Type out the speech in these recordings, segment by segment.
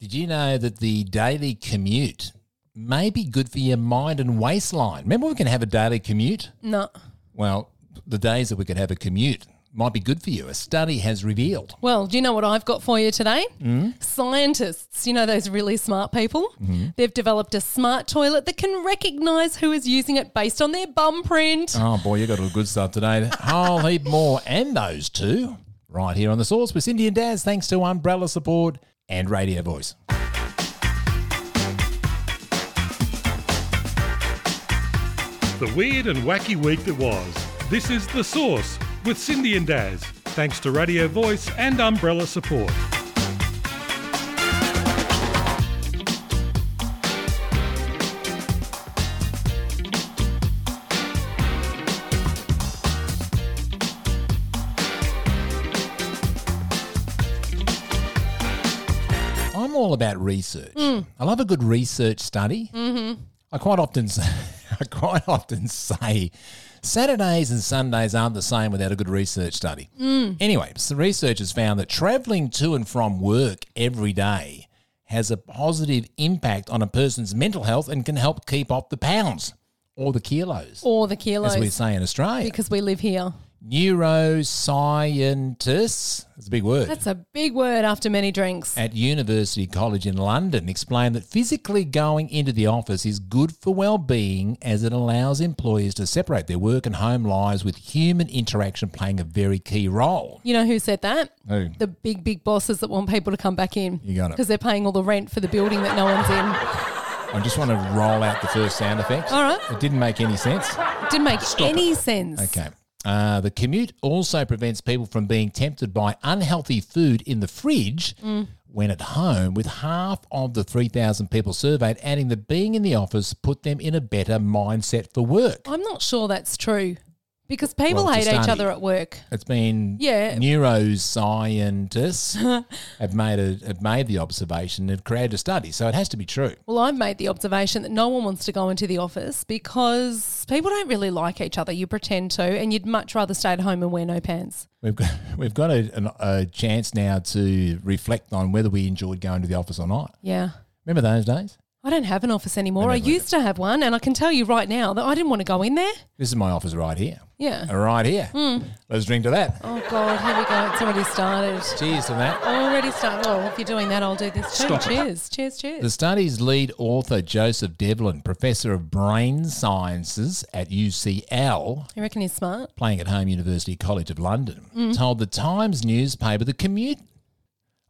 Did you know that the daily commute may be good for your mind and waistline? Remember, we can have a daily commute? No. Well, the days that we could have a commute might be good for you. A study has revealed. Well, do you know what I've got for you today? Mm. Scientists, you know those really smart people? Mm-hmm. They've developed a smart toilet that can recognize who is using it based on their bum print. Oh, boy, you got all the good stuff today. Whole heap more, and those two, right here on The Source with Cindy and Daz, thanks to Umbrella Support and Radio Voice. The weird and wacky week that was. This is The Source with Cindy and Daz, thanks to Radio Voice and Umbrella support. I'm all about research. I love a good research study. Mm-hmm. I quite often, s- I quite often say, Saturdays and Sundays aren't the same without a good research study. Anyway, some researchers found that travelling to and from work every day has a positive impact on a person's mental health and can help keep off the pounds or the kilos, Or the as we kilos. say in Australia. Because we live here. Neuroscientists, that's a big word. That's a big word after many drinks. at University College in London explained that physically going into the office is good for well-being as it allows employees to separate their work and home lives with human interaction playing a very key role. You know who said that? Who? The big, big bosses that want people to come back in. Uh. You got it. Because they're paying all the rent for the building that no one's in. I just want to roll out the first sound effect. All right. It didn't make any sense. Didn't make any sense. Okay. Uh, the commute also prevents people from being tempted by unhealthy food in the fridge when at home, with half of the 3,000 people surveyed adding that being in the office put them in a better mindset for work. I'm not sure that's true. Because people Well, it's a hate each study. other at work. It's been Yeah. neuroscientists have made a, have made the observation and have created a study, so it has to be true. Well, I've made the observation that no one wants to go into the office because people don't really like each other. You pretend to, and you'd much rather stay at home and wear no pants. We've got we've got a, an, a chance now to reflect on whether we enjoyed going to the office or not. Yeah. Remember those days? I don't have an office anymore. I never used to have one, and I can tell you right now that I didn't want to go in there. This is my office right here, Yeah. Hmm. right here. Let's drink to that. Oh, God, here we go. It's already started. Cheers to that. Already started. Well, if you're doing that, I'll do this too. Stop it. cheers. Cheers. Cheers. The study's lead author, Joseph Devlin, professor of brain sciences at UCL, you reckon he's smart? playing at home University College of London, told the Times newspaper the commute.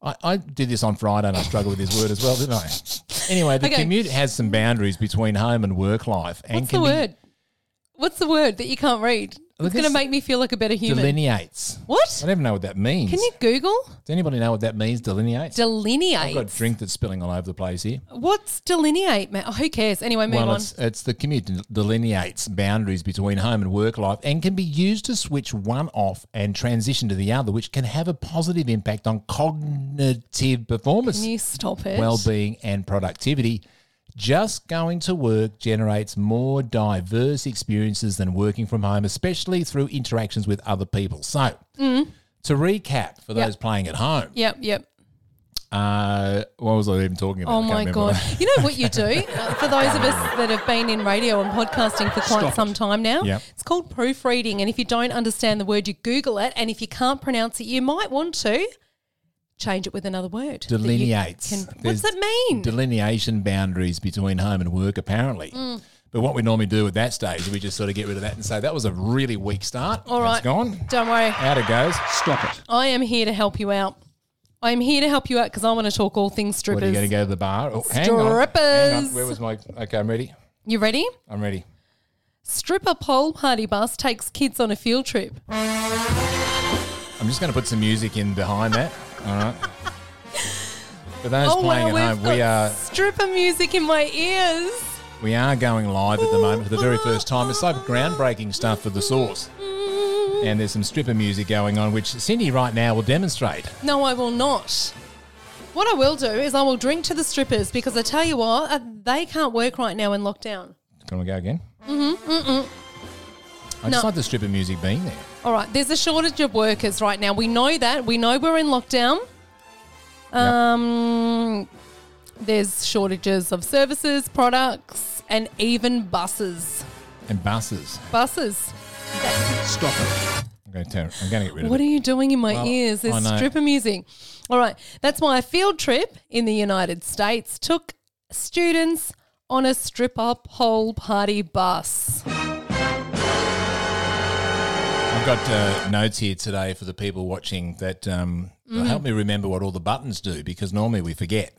I, I did this on Friday and I struggled with this word as well, didn't I? Anyway, the Okay. commute has some boundaries between home and work life and What's can the be- word? What's the word that you can't read? Look, It's going to this- make me feel like a better human. delineates. I what? don't even know what that means. Can you Google Does anybody know what that means, delineates? I've delineate? got drink that's spilling all over the place here. What's delineate, Matt? Oh, who cares? Anyway, move well, on. it's, it's the commute that delineates boundaries between home and work life and can be used to switch one off and transition to the other, which can have a positive impact on cognitive performance. Can you stop it? well-being and productivity. Just going to work generates more diverse experiences than working from home, especially through interactions with other people. So, Mm-hmm. to recap for those playing at home, Yep, yep. uh, what was I even talking about? Oh I can't my remember. god! You know what you do Uh, for those of us that have been in radio and podcasting for quite Stop some it. time now. Yep. It's called proofreading, and if you don't understand the word, you Google it, and if you can't pronounce it, you might want to change it with another word. that you Delineates. can- There's what's that mean? Delineation boundaries between home and work, apparently. Mm. But what we normally do at that stage, is we just sort of get rid of that and say that was a really weak start. All right. it's gone. don't worry. Out it goes. Stop it. I am here to help you out. I am here to help you out because I want to talk all things What are you strippers. going to go to the bar? Oh, hang on. Hang on. Strippers. Where was my? Okay, I'm ready. you ready? I'm ready. Stripper pole party bus takes kids on a field trip. I'm just going to put some music in behind that. All right. For those playing Oh, we've at home, got we are stripper music in my ears. we are going live at the moment for the very first time. It's like groundbreaking stuff for the source. And there's some stripper music going on, which Cindy right now will demonstrate. No, I will not. What I will do is I will drink to the strippers because I tell you what, uh, they can't work right now in lockdown. Can we go again? Mm-hmm. Mm-mm. I just No. like the stripper music being there. All right, there's a shortage of workers right now. We know that. We know we're in lockdown. Yeah. Um, There's shortages of services, products, and even buses. and buses. Buses. Stop it. I'm going to tear, I'm going to get rid of What it. are you doing in my ears? I There's know. stripper music. All right. That's why a field trip in the United States took students on a stripper pole party bus. I've got uh, notes here today for the people watching that um, Mm-hmm. will help me remember what all the buttons do because normally we forget.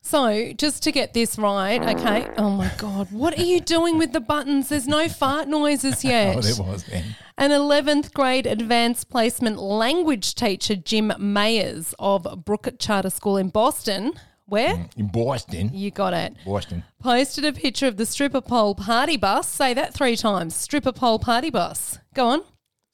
So, just to get this right, okay. Oh my God. What are you doing with the buttons? There's no fart noises yet. Oh, there was then. An 11th grade advanced placement language teacher, Jim Mayers of Brookett Charter School in Boston, where In Boston. you got it, Boston. posted a picture of the stripper pole party bus. Say that three times stripper pole party bus. Go on.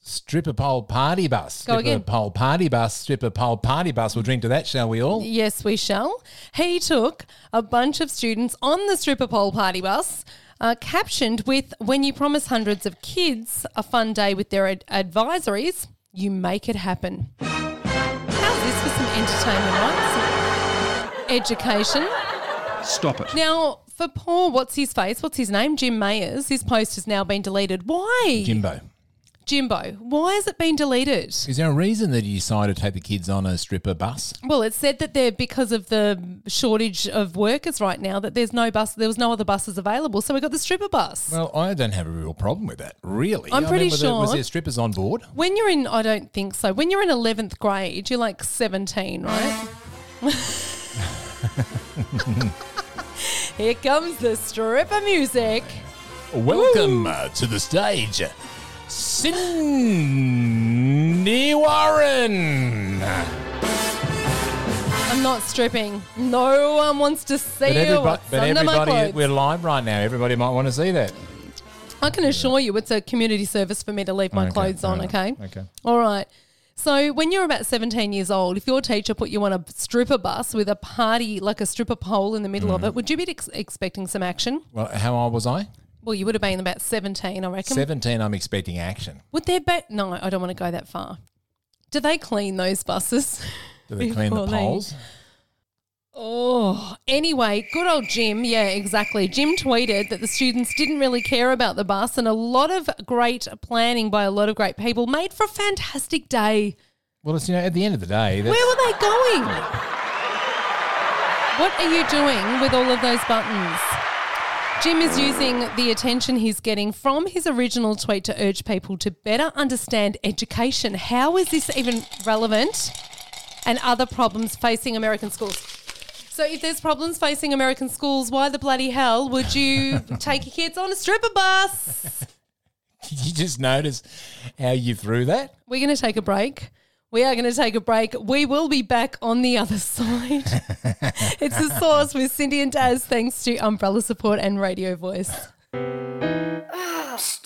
Stripper pole party bus. Go Stripper again. pole party bus. Stripper pole party bus. We'll drink to that, shall we all? Yes, we shall. He took a bunch of students on the stripper pole party bus, uh, captioned with When you promise hundreds of kids a fun day with their ad- advisories, you make it happen. How's this for some entertainment, right? Some education. Stop it. Now, for poor, what's his face? What's his name? Jim Mayers. His post has now been deleted. Why? Jimbo. Jimbo. Why has it been deleted? Is there a reason that you decided to take the kids on a stripper bus? Well, it's said that they're because of the shortage of workers right now that there's no bus, there was no other buses available, so we got the stripper bus. Well, I don't have a real problem with that, really. I'm I pretty mean, were there- sure- Was there strippers on board? when you're in, I don't think so. When you're in eleventh grade, you're like seventeen, right? Here comes the stripper music. Welcome uh, to the stage, Cindy Warren. I'm not stripping. No one wants to see you. What's but under my everybody, clothes? we're live right now. Everybody might want to see that. I can assure you it's a community service for me to leave my Okay, clothes on, all right, okay? okay. All right. So when you're about 17 years old, if your teacher put you on a stripper bus with a party, like a stripper pole in the middle Mm. of it, would you be ex- expecting some action? Well, how old was I? Well, you would have been about 17, I reckon. Seventeen. I'm expecting action. Would there be... No, I don't want to go that far. Do they clean those buses? Do they clean the Before they- poles? Oh, anyway, good old Jim. Yeah, exactly. Jim tweeted that the students didn't really care about the bus, and a lot of great planning by a lot of great people made for a fantastic day. Well, it's you know, at the end of the day, that's, Where were they going? What are you doing with all of those buttons? Jim is using the attention he's getting from his original tweet to urge people to better understand education. How is this even relevant? And other problems facing American schools. So, if there's problems facing American schools, why the bloody hell would you take your kids on a stripper bus? did you just notice how you threw that? We're going to take a break. We are going to take a break. We will be back on the other side. it's the source with Cindy and Daz, thanks to Umbrella Support and Radio Voice. Psst,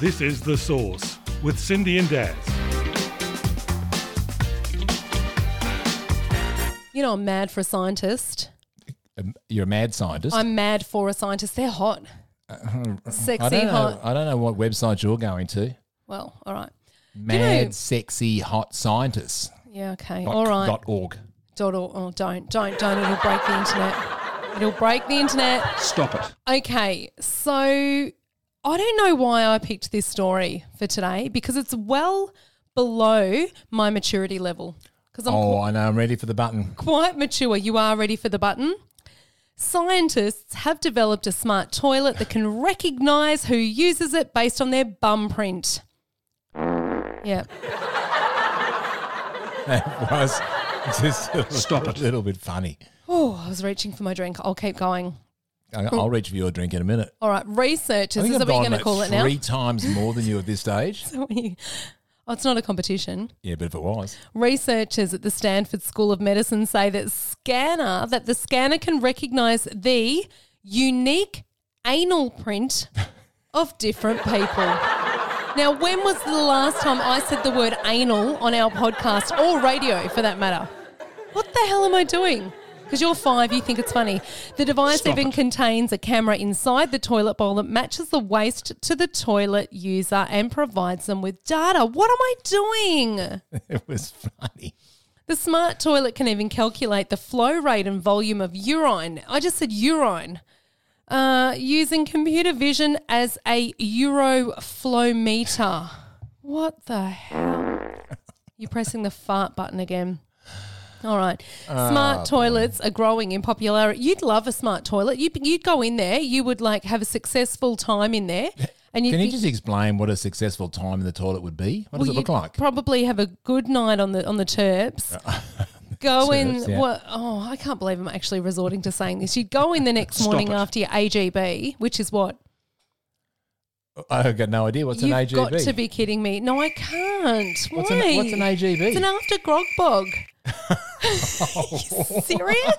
This is The Source with Cindy and Daz. You know, I'm mad for a scientist. Um, You're a mad scientist. I'm mad for a scientist. They're hot. Sexy, Uh, I don't know. hot. I don't know what website you're going to. Well, all right. Mad, sexy, hot scientists. Yeah, okay. dot- all right. Dot org. Dot or, oh, don't, don't, don't. It'll break the internet. It'll break the internet. Stop it. Okay, so I don't know why I picked this story for today because it's well below my maturity level. Because I'm Oh, I know. I'm ready for the button. quite mature. You are ready for the button. Scientists have developed a smart toilet that can recognize who uses it based on their bum print. Yeah. That was just a Stop little, it. little bit funny. Oh, I was reaching for my drink. I'll keep going. I- I'll reach for your drink in a minute. All right, researchers. Is that what gone we're going to like call it now? Three times more than you at this stage. I Oh, it's not a competition. Yeah, but if it was, Researchers at the Stanford School of Medicine say that scanner that the scanner can recognize the unique anal print of different people. Now, when was the last time I said the word anal on our podcast or radio for that matter? What the hell am I doing? Because you're five, you think it's funny. The device even contains a camera inside the toilet bowl that matches the waste to the toilet user and provides them with data. What am I doing? it was funny. The smart toilet can even calculate the flow rate and volume of urine. I just said urine. Uh, using computer vision as a Euroflowmeter. What the hell? You're pressing the fart button again. All right. Ah, Smart toilets are growing in popularity. You'd love a smart toilet. You'd, you'd go in there. You would like have a successful time in there. And you'd Can you be- just explain what a successful time in the toilet would be? What does well, it look you'd like? Probably have a good night on the on the terps. Go in. Terps, yeah. What? Oh, I can't believe I'm actually resorting to saying this. You'd go in the next Stop morning it. after your AGB, which is what I've got no idea. What's you've an AGB? got to be kidding me. No, I can't. What's Why? an- what's an AGB? It's an after grog bog. you serious?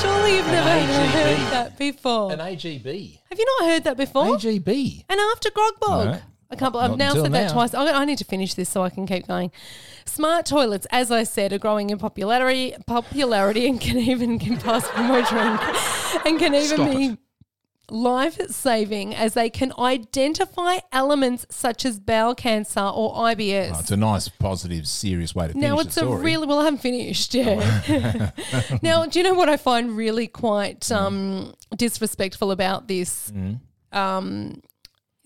Surely you've never An AGB. heard that before. An AGB. Have you not heard that before? AGB. And after grog bog. No. I Not can't believe I've now until said that now. twice. I, I need to finish this so I can keep going. Smart toilets, as I said, are growing in popularity, popularity and can even can pass for my drink, and can even Stop be it. life-saving as they can identify elements such as bowel cancer or IBS. Oh, it's a nice, positive, serious way to finish Now the it's a story. Oh. really well. I haven't finished yet. now, do you know what I find really quite Mm. um, disrespectful about this? Um,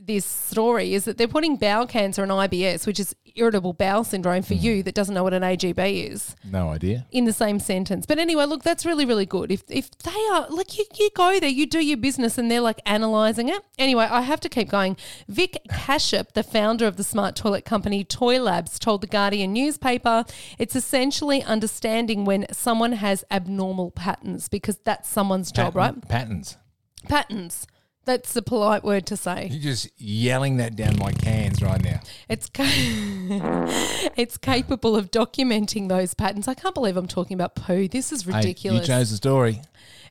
this story is that they're putting bowel cancer and IBS, which is irritable bowel syndrome Mm. for you that doesn't know what an AGB is, no idea. in the same sentence. But anyway, look, that's really really good. If if they are like you, you go there, you do your business, and they're like analysing it. Anyway, I have to keep going. Vic Kashyap, the founder of the smart toilet company Toy Labs, told the Guardian newspaper, "It's essentially understanding when someone has abnormal patterns because that's someone's job, right? Patent- Patents. Patterns." That's the polite word to say. You're just yelling that down like cans right now. It's ca- it's capable of documenting those patterns. I can't believe I'm talking about poo. This is Hey, ridiculous. you chose the story.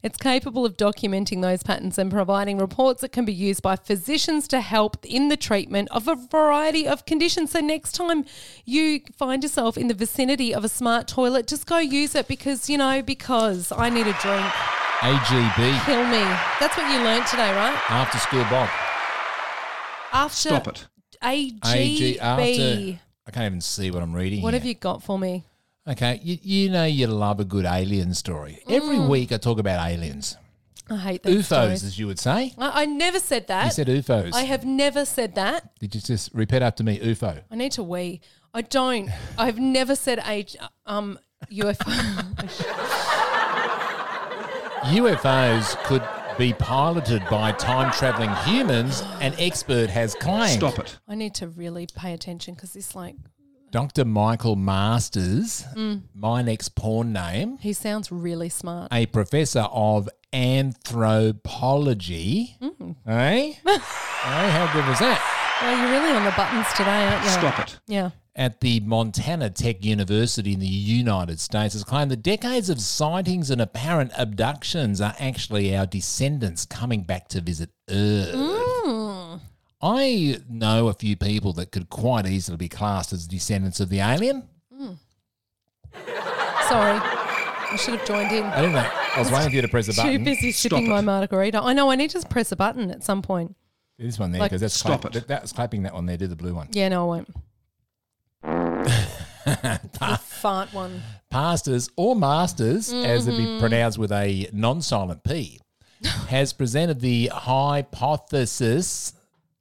It's capable of documenting those patterns and providing reports that can be used by physicians to help in the treatment of a variety of conditions. So, next time you find yourself in the vicinity of a smart toilet, just go use it because, you know, because I need a drink. AGB. Kill me. That's what you learned today, right? After school Bob. After Stop it. AGB. after. I can't even see what I'm reading. What here. have you got for me? Okay, you, you know you love a good alien story. Every week I talk about aliens, I hate those UFOs, Mm. stories. as you would say. I, I never said that. You said UFOs. I have never said that. Did you just repeat after me? UFO. I need to wee. I don't. I've never said age. Um, UFO. UFOs could be piloted by time traveling humans. An expert has claimed. Stop it. I need to really pay attention because this, like, Dr. Michael Masters, my next porn name, he sounds really smart. a professor of anthropology. Hey, hey, how good was that? Well, you're really on the buttons today, aren't you? Stop it. Yeah. at the Montana Tech University in the United States has claimed that decades of sightings and apparent abductions are actually our descendants coming back to visit Earth. Hmm. I know a few people that could quite easily be classed as descendants of the alien. Sorry. I should have joined in. I didn't know. I was waiting for you to press the Too button. busy Uh, Stop sipping my it. margarita. I know. I need to just press a button at some point. This one there, Like- because that's Stop clap- it. That, that's clapping that one there. Do the blue one. Yeah. No, I won't. the fart one. pastors or masters, as it Mm-hmm. be pronounced with a non-silent p, has presented the hypothesis.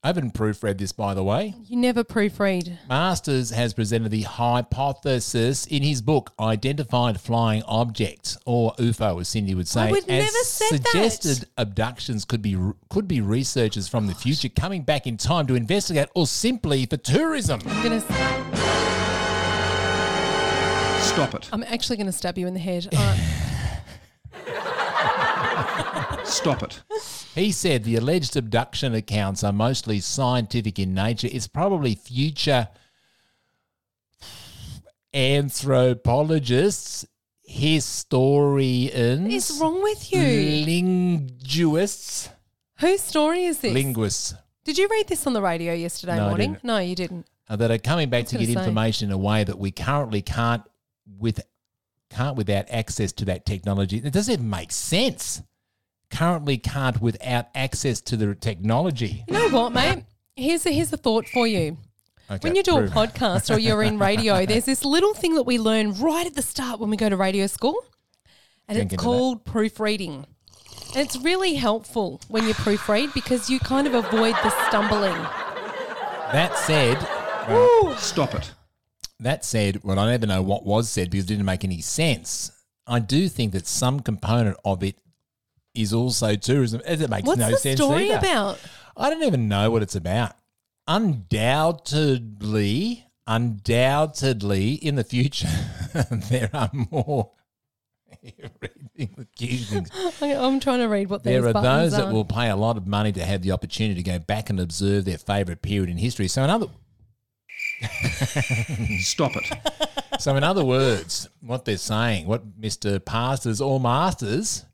I haven't proofread this, by the way. You never proofread. Masters has presented the hypothesis in his book, Identified Flying Objects, or UFO, as Cindy would say. I would as never said that. suggested abductions could be could be researchers from the future coming back in time to investigate, or simply for tourism. I'm gonna. s- Stop it. I'm actually gonna Uh, stab you in the head. All right. Stop it. He said the alleged abduction accounts are mostly scientific in nature. It's probably future anthropologists, historians, What is wrong with you? linguists, Whose story is this? linguists Did you read this on the radio yesterday No, I morning? didn't. No, you didn't. uh, that are coming back was to gonna get say. information in a way that we currently can't with can't without access to that technology. It doesn't even make sense. Currently can't without access to the technology. You know what, mate? Here's a, here's a thought for you. Okay, When you do a prove- podcast or you're in radio, there's this little thing that we learn right at the start when we go to radio school, and Drink it's into that. called proofreading. And it's really helpful when you proofread because you kind of avoid the stumbling. That said, Stop it. That said, well, I never know what was said because it didn't make any sense. I do think that some component of it is also tourism. as It makes What's no the sense story either. about? I don't even know what it's about. Undoubtedly, undoubtedly, in the future, there are more. Everything with huge things. I- I'm trying to read what There these are buttons those that will pay a lot of money to have the opportunity to go back and observe their favourite period in history. So, in other Stop it. So, in other words, what they're saying, what Mr. Pastors or Masters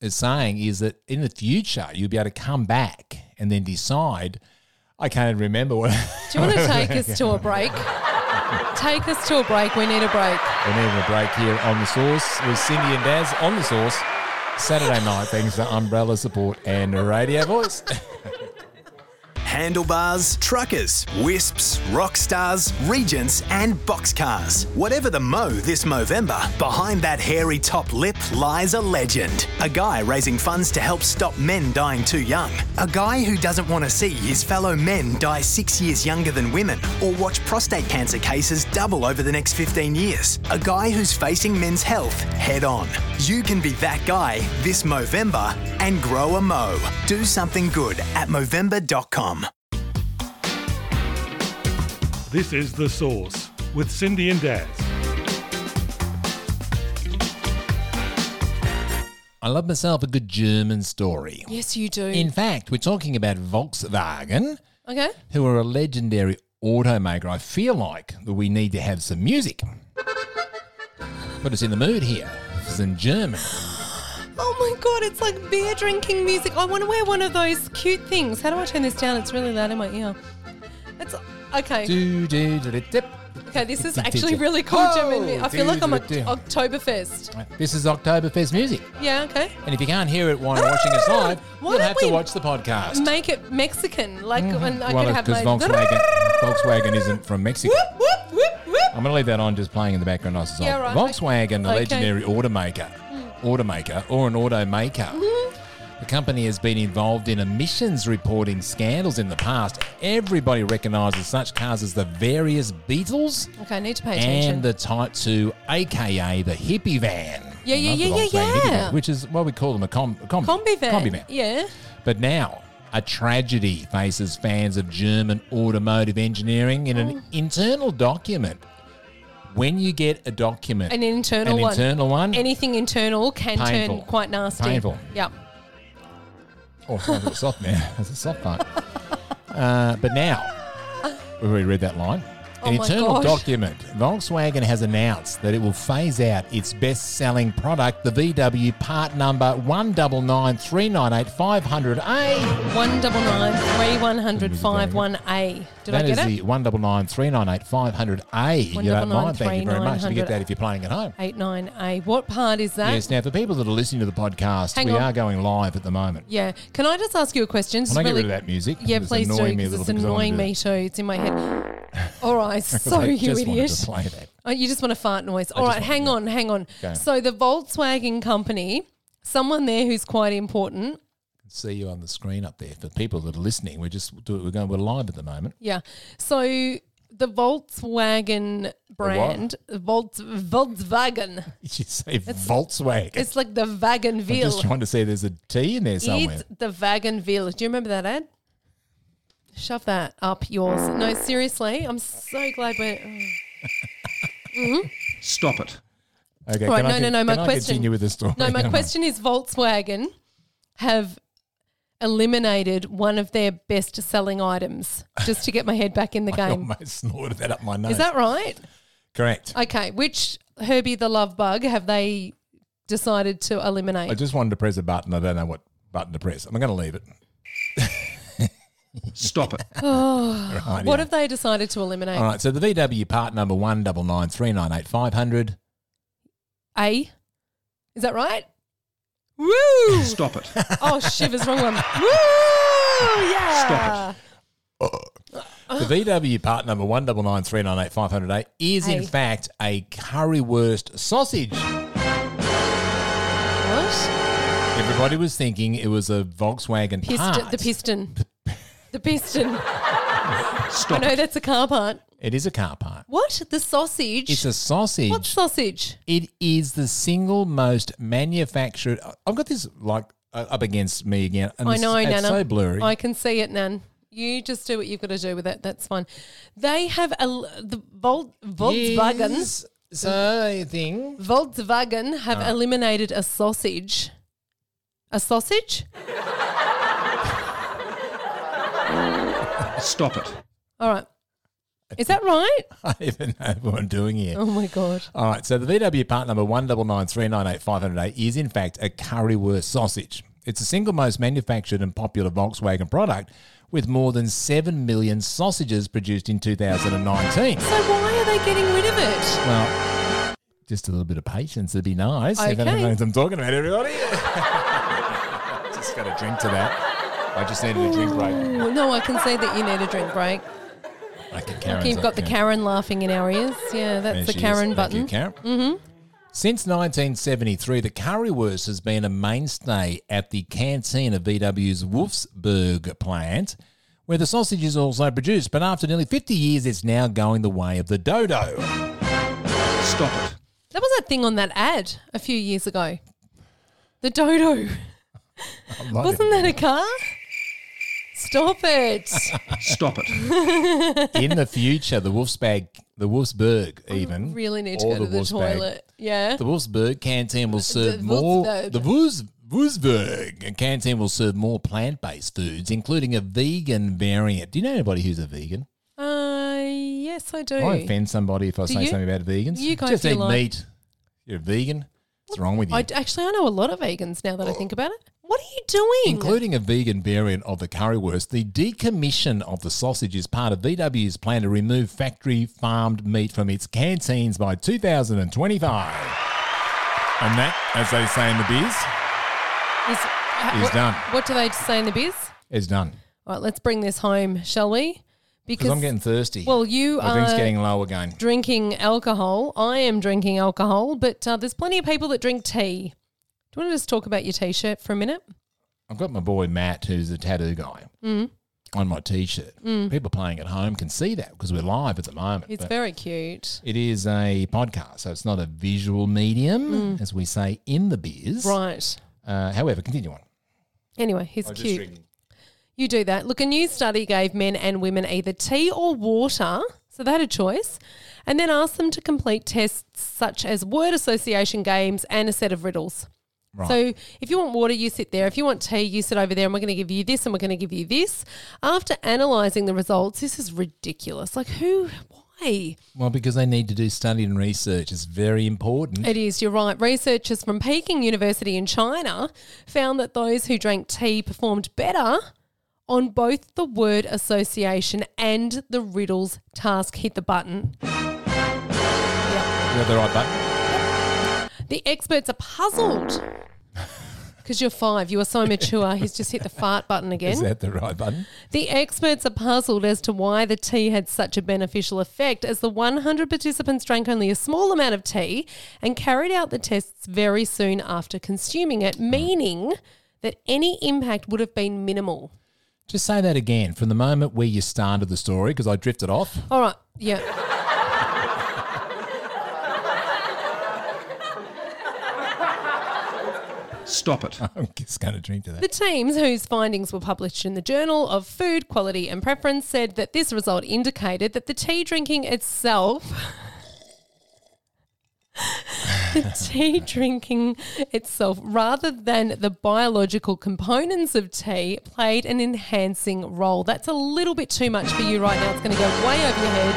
is saying is that in the future, you'll be able to come back and then decide. I can't even remember what. Do you want to take us to a break? Take us to a break. We need a break. We're needing a break here on The Source with Cindy and Daz on The Source Saturday night. Thanks to Umbrella Support and Radio Voice. Handlebars, truckers, wisps, rock stars, regents, and boxcars. Whatever the mo this Movember, behind that hairy top lip lies a legend. A guy raising funds to help stop men dying too young. A guy who doesn't want to see his fellow men die six years younger than women or watch prostate cancer cases double over the next 15 years. A guy who's facing men's health head on. You can be that guy this Movember and grow a mo. Do something good at Movember.com. This is The Source with Cindy and Daz. I love myself a good German story. Yes, you do. In fact, we're talking about Volkswagen. okay. who are a legendary automaker. I feel like that we need to have some music. Put us in the mood here. This is in German. Oh my god, it's like beer drinking music. I want to wear one of those cute things. How do I turn this down? It's really loud in my ear. It's okay. Do, do, do, do, dip. okay, this is dip, dip, actually dip. really cool German Whoa! music. I feel like I'm at Oh, Do, do, do. Oktoberfest. This is Oktoberfest music. Yeah, okay. And if you can't hear it while you're watching us live, Why you'll don't have to we watch the podcast. Make it Mexican, like when I Mm-hmm. well, could it's have because my Volkswagen, Volkswagen isn't from Mexico. Whoop, whoop, whoop, whoop. I'm going to leave that on just playing in the background. Nice as Yeah, well. right. Volkswagen, the Okay. Hmm. legendary automaker, automaker or an automaker. Mm-hmm. The company has been involved in emissions reporting scandals in the past. Everybody recognises such cars as the various Beetles Okay, I need to pay attention. and the Type 2, aka the hippie van. Yeah, yeah, Love the yeah, yeah, Volkswagen hippie yeah. van, which is what we call them a com- a combi, combi van. Combi van. Yeah. But now, a tragedy faces fans of German automotive engineering in Oh. an internal document. When you get a document, An internal an one. internal one, Anything internal can Painful. turn quite nasty. Painful. Yep. oh, it's not a soft man, it's a soft part. Uh, but now, we already read that line. Oh An my internal gosh. document. Volkswagen has announced that it will phase out its best selling product, the VW part number 199398500A. One double nine three one hundred five one A. Did That I is get it? the one double nine three nine eight five hundred A. You don't mind, thank you very much. You 199-398-500. get that if you're playing at home. 89A. What part is that? Yes. Now, for people that are listening to the podcast, Hang we on. are going live at the moment. Yeah. Can I just ask you a question? Just Can I get rid of that music? Yeah, It's please do. annoying me a 'cause it's little bit 'cause I wanna annoying do me it. too. It's in my head. All right. So, I you just wanted idiot. to play that. Oh, you just want a fart noise. All just right, want- hang yeah. on, hang on. Okay. So the Volkswagen company, someone there who's quite important. See you on the screen up there for people that are listening. We're just do We're going. We're live at the moment. Yeah. So the Volkswagen brand, Volts, Volkswagen. Did you say Volkswagen? It's like the wagon I'm just wheel. trying to say there's a T in there somewhere. It's the wagon wheel. Do you remember that ad? Shove that up yours. No, seriously, I'm so glad we're. Stop it. Okay. All right, can no, I, no, con- no. My can I question. continue with the story? No, my Am I- question is Volkswagen have eliminated one of their best selling items just to get my head back in the I game. almost snorted that up my nose. Is that right? correct? Okay. Which Herbie the Love Bug have they decided to eliminate? I just wanted to press a button. I don't know what button to press. I'm going to leave it. Stop it. Right, Oh, what yeah. have they decided to eliminate? All right. So the VW part number one double nine three nine eight five hundred. A. Is that right? Woo! Stop it. Oh, shivers, wrong one. Woo! Yeah. Stop Oh. The VW part number one double nine three nine eight five hundred eight is in Hey. fact a currywurst sausage. What? Everybody was thinking it was a Volkswagen Piston, part. the piston. The piston. I Stop know it. that's a car part. it is a car part. What? The sausage? It's a sausage. what sausage? It is the single most manufactured. I've got this like uh, up against me again. And I it's- know, it's, Nana. so blurry. I can see it, Nan. You just do what you've got to do with it. That's fine. They have a l- the Vol, Volkswagen. Yes, Ah. So thing. Volkswagen have eliminated a sausage. A sausage? Stop it. All right. Is that right? I don't even know what I'm doing here. Oh my god. All right, so the VW part number one double nine three nine eight five hundred eight is in fact a currywurst sausage. It's the single most manufactured and popular Volkswagen product, with more than seven million sausages produced in 2019. So why are they getting rid of it? Well, just a little bit of patience would be nice. If Okay. anyone knows what I'm talking about, everybody. just got a drink to that. I just needed a drink break. Ooh, no, I can see that you need a drink break. I think Karen's You've got the yeah. Karen laughing in our ears. Yeah, that's There the she is. Karen Thank button. Mm-hmm. you, Karen. Since 1973, the currywurst has been a mainstay at the canteen of VW's Wolfsburg plant, where the sausage is also produced. But after nearly 50 years, it's now going the way of the dodo. Stop it. That was a thing on that ad a few years ago. The dodo. Wasn't that a car? Stop it. Stop it. In the future, the Wolfsburg, the Wolfsburg even really need to or go to the Wolfsburg- toilet. Yeah. The Wolfsburg canteen will serve the more. Wolfsburg. The Wolfs, Wolfsburg canteen will serve more plant-based foods, including a vegan variant. Do you know anybody who's a vegan? Uh, yes, I do. I offend somebody if I say you? something about vegans. You guys just feel eat like- meat. You're a vegan. What's wrong with you? I d- actually I know a lot of vegans now that I think about it. What are you doing? Including a vegan variant of the currywurst, the decommission of the sausage is part of VW's plan to remove factory farmed meat from its canteens by 2025. And that, as they say in the biz, is, ha- He's what, done. What do they say in the biz? is done. All right, let's bring this home, shall we? Because I'm getting thirsty. well, you My drink's are- getting low again. drinking alcohol. I am drinking alcohol, but uh, there's plenty of people that drink tea. Do you want to just talk about your t-shirt for a minute? I've got my boy Matt, who's a tattoo guy, Mm. on my t-shirt. People playing at home can see that because we're live at the moment. It's but- very cute. It is a podcast, so it's not a visual medium, as we say in the biz. Mm. Right. Uh, however, continue on. Anyway, he's cute. You do that. Look, a new study gave men and women either tea or water, so they had a choice, and then asked them to complete tests such as word association games and a set of riddles. So if you want water, you sit there. If you want tea, you sit over there, and we're going to give you this, and we're going to give you this. After analysing the results, this is ridiculous. Like, who, why? Well, because they need to do study and research. It's very important. It is, you're right. Researchers from Peking University in China found that those who drank tea performed better on both the word association and the riddles task hit the button. You got the right button. The experts are puzzled. Because you're five, you are so mature. He's just hit the fart button Is again. that the right button? The experts are puzzled as to why the tea had such a beneficial effect, as the 100 participants drank only a small amount of tea and carried out the tests very soon after consuming it, meaning that any impact would have been minimal. Just say that again from the moment where you started the story, because I drifted off. All right, yeah. Stop it. I'm just going to drink to that. The teams, whose findings were published in the Journal of Food Quality and Preference, said that this result indicated that the tea drinking itself the tea drinking itself, rather than the biological components of tea, played an enhancing role. That's a little bit too much for you right now. It's going to go way over your head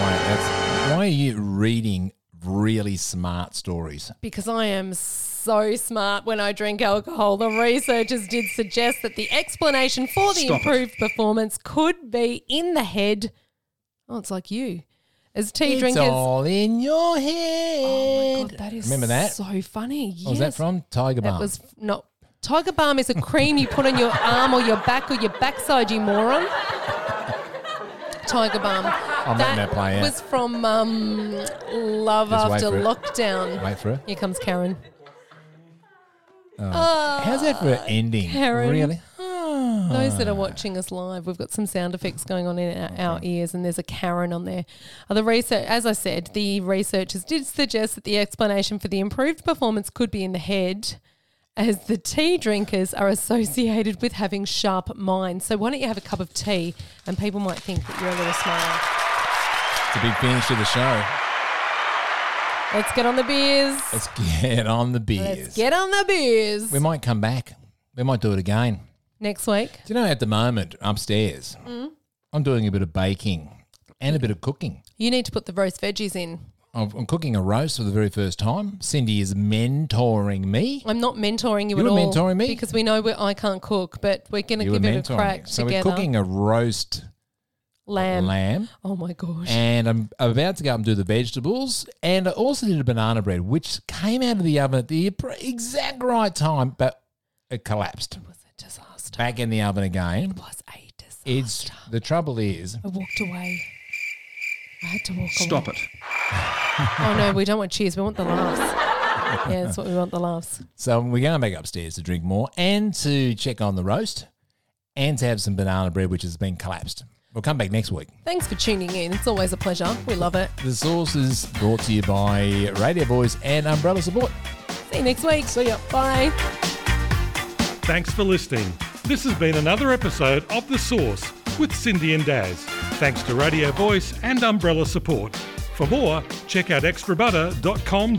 Why, that's, why are you reading really smart stories? because I am so smart when I drink alcohol. The researchers did suggest that the explanation for the Stop it. improved performance could be in the head. Oh, it's like you. As tea it's drinkers. all in your head. Oh my God, that is Remember that? so funny. Yes. What was that from? Tiger Balm. That was f- not. Tiger balm is a cream you put on your arm or your back or your backside, you moron. Tiger balm. I'm letting that play out. was from um, Love Just wait After for it. Lockdown. Wait for it. Here comes Karen. How's that for an ending? Oh, Karen. Really? Oh. Those that are watching us live, we've got some sound effects going on in our, our ears, and there's a Karen on there. Uh, the research, as I said, the researchers did suggest that the explanation for the improved performance could be in the head, as the tea drinkers are associated with having sharp minds. So why don't you have a cup of tea, and people might think that you're a little smarter. It's a big finish to the show. Let's get on the beers. Let's get on the beers. Let's get on the beers. we might come back. We might do it again. Next week. Do you know, at the moment, upstairs, Mm. I'm doing a bit of baking and a bit of cooking. You need to put the roast veggies in. I'm I'm cooking a roast for the very first time. Cindy is mentoring me. I'm not mentoring you, You at were all. mentoring me? because we know we I can't cook, but we're going to You were give it a mentoring crack me. So together. we're cooking a roast lamb. lamb. Oh my gosh! And I'm about to go up and do the vegetables. And I also did a banana bread, which came out of the oven at the exact right time, but it collapsed. it was a disaster. Back in the oven again. It was a disaster. It's the trouble is I walked away. I had to walk Stop away. it. Oh no, we don't want cheers. We want the laughs. yeah, that's what we want. The laughs. so we're going back upstairs to drink more and to check on the roast and to have some banana bread, which has been collapsed. We'll come back next week. Thanks for tuning in. It's always a pleasure. We love it. The source is brought to you by Radio Boys and Umbrella Support. See you next week. See ya. Bye. Thanks for listening. This has been another episode of The Source with Cindy and Daz. Thanks to Radio Voice and Umbrella Support. For more, check out extrabutter.com.au.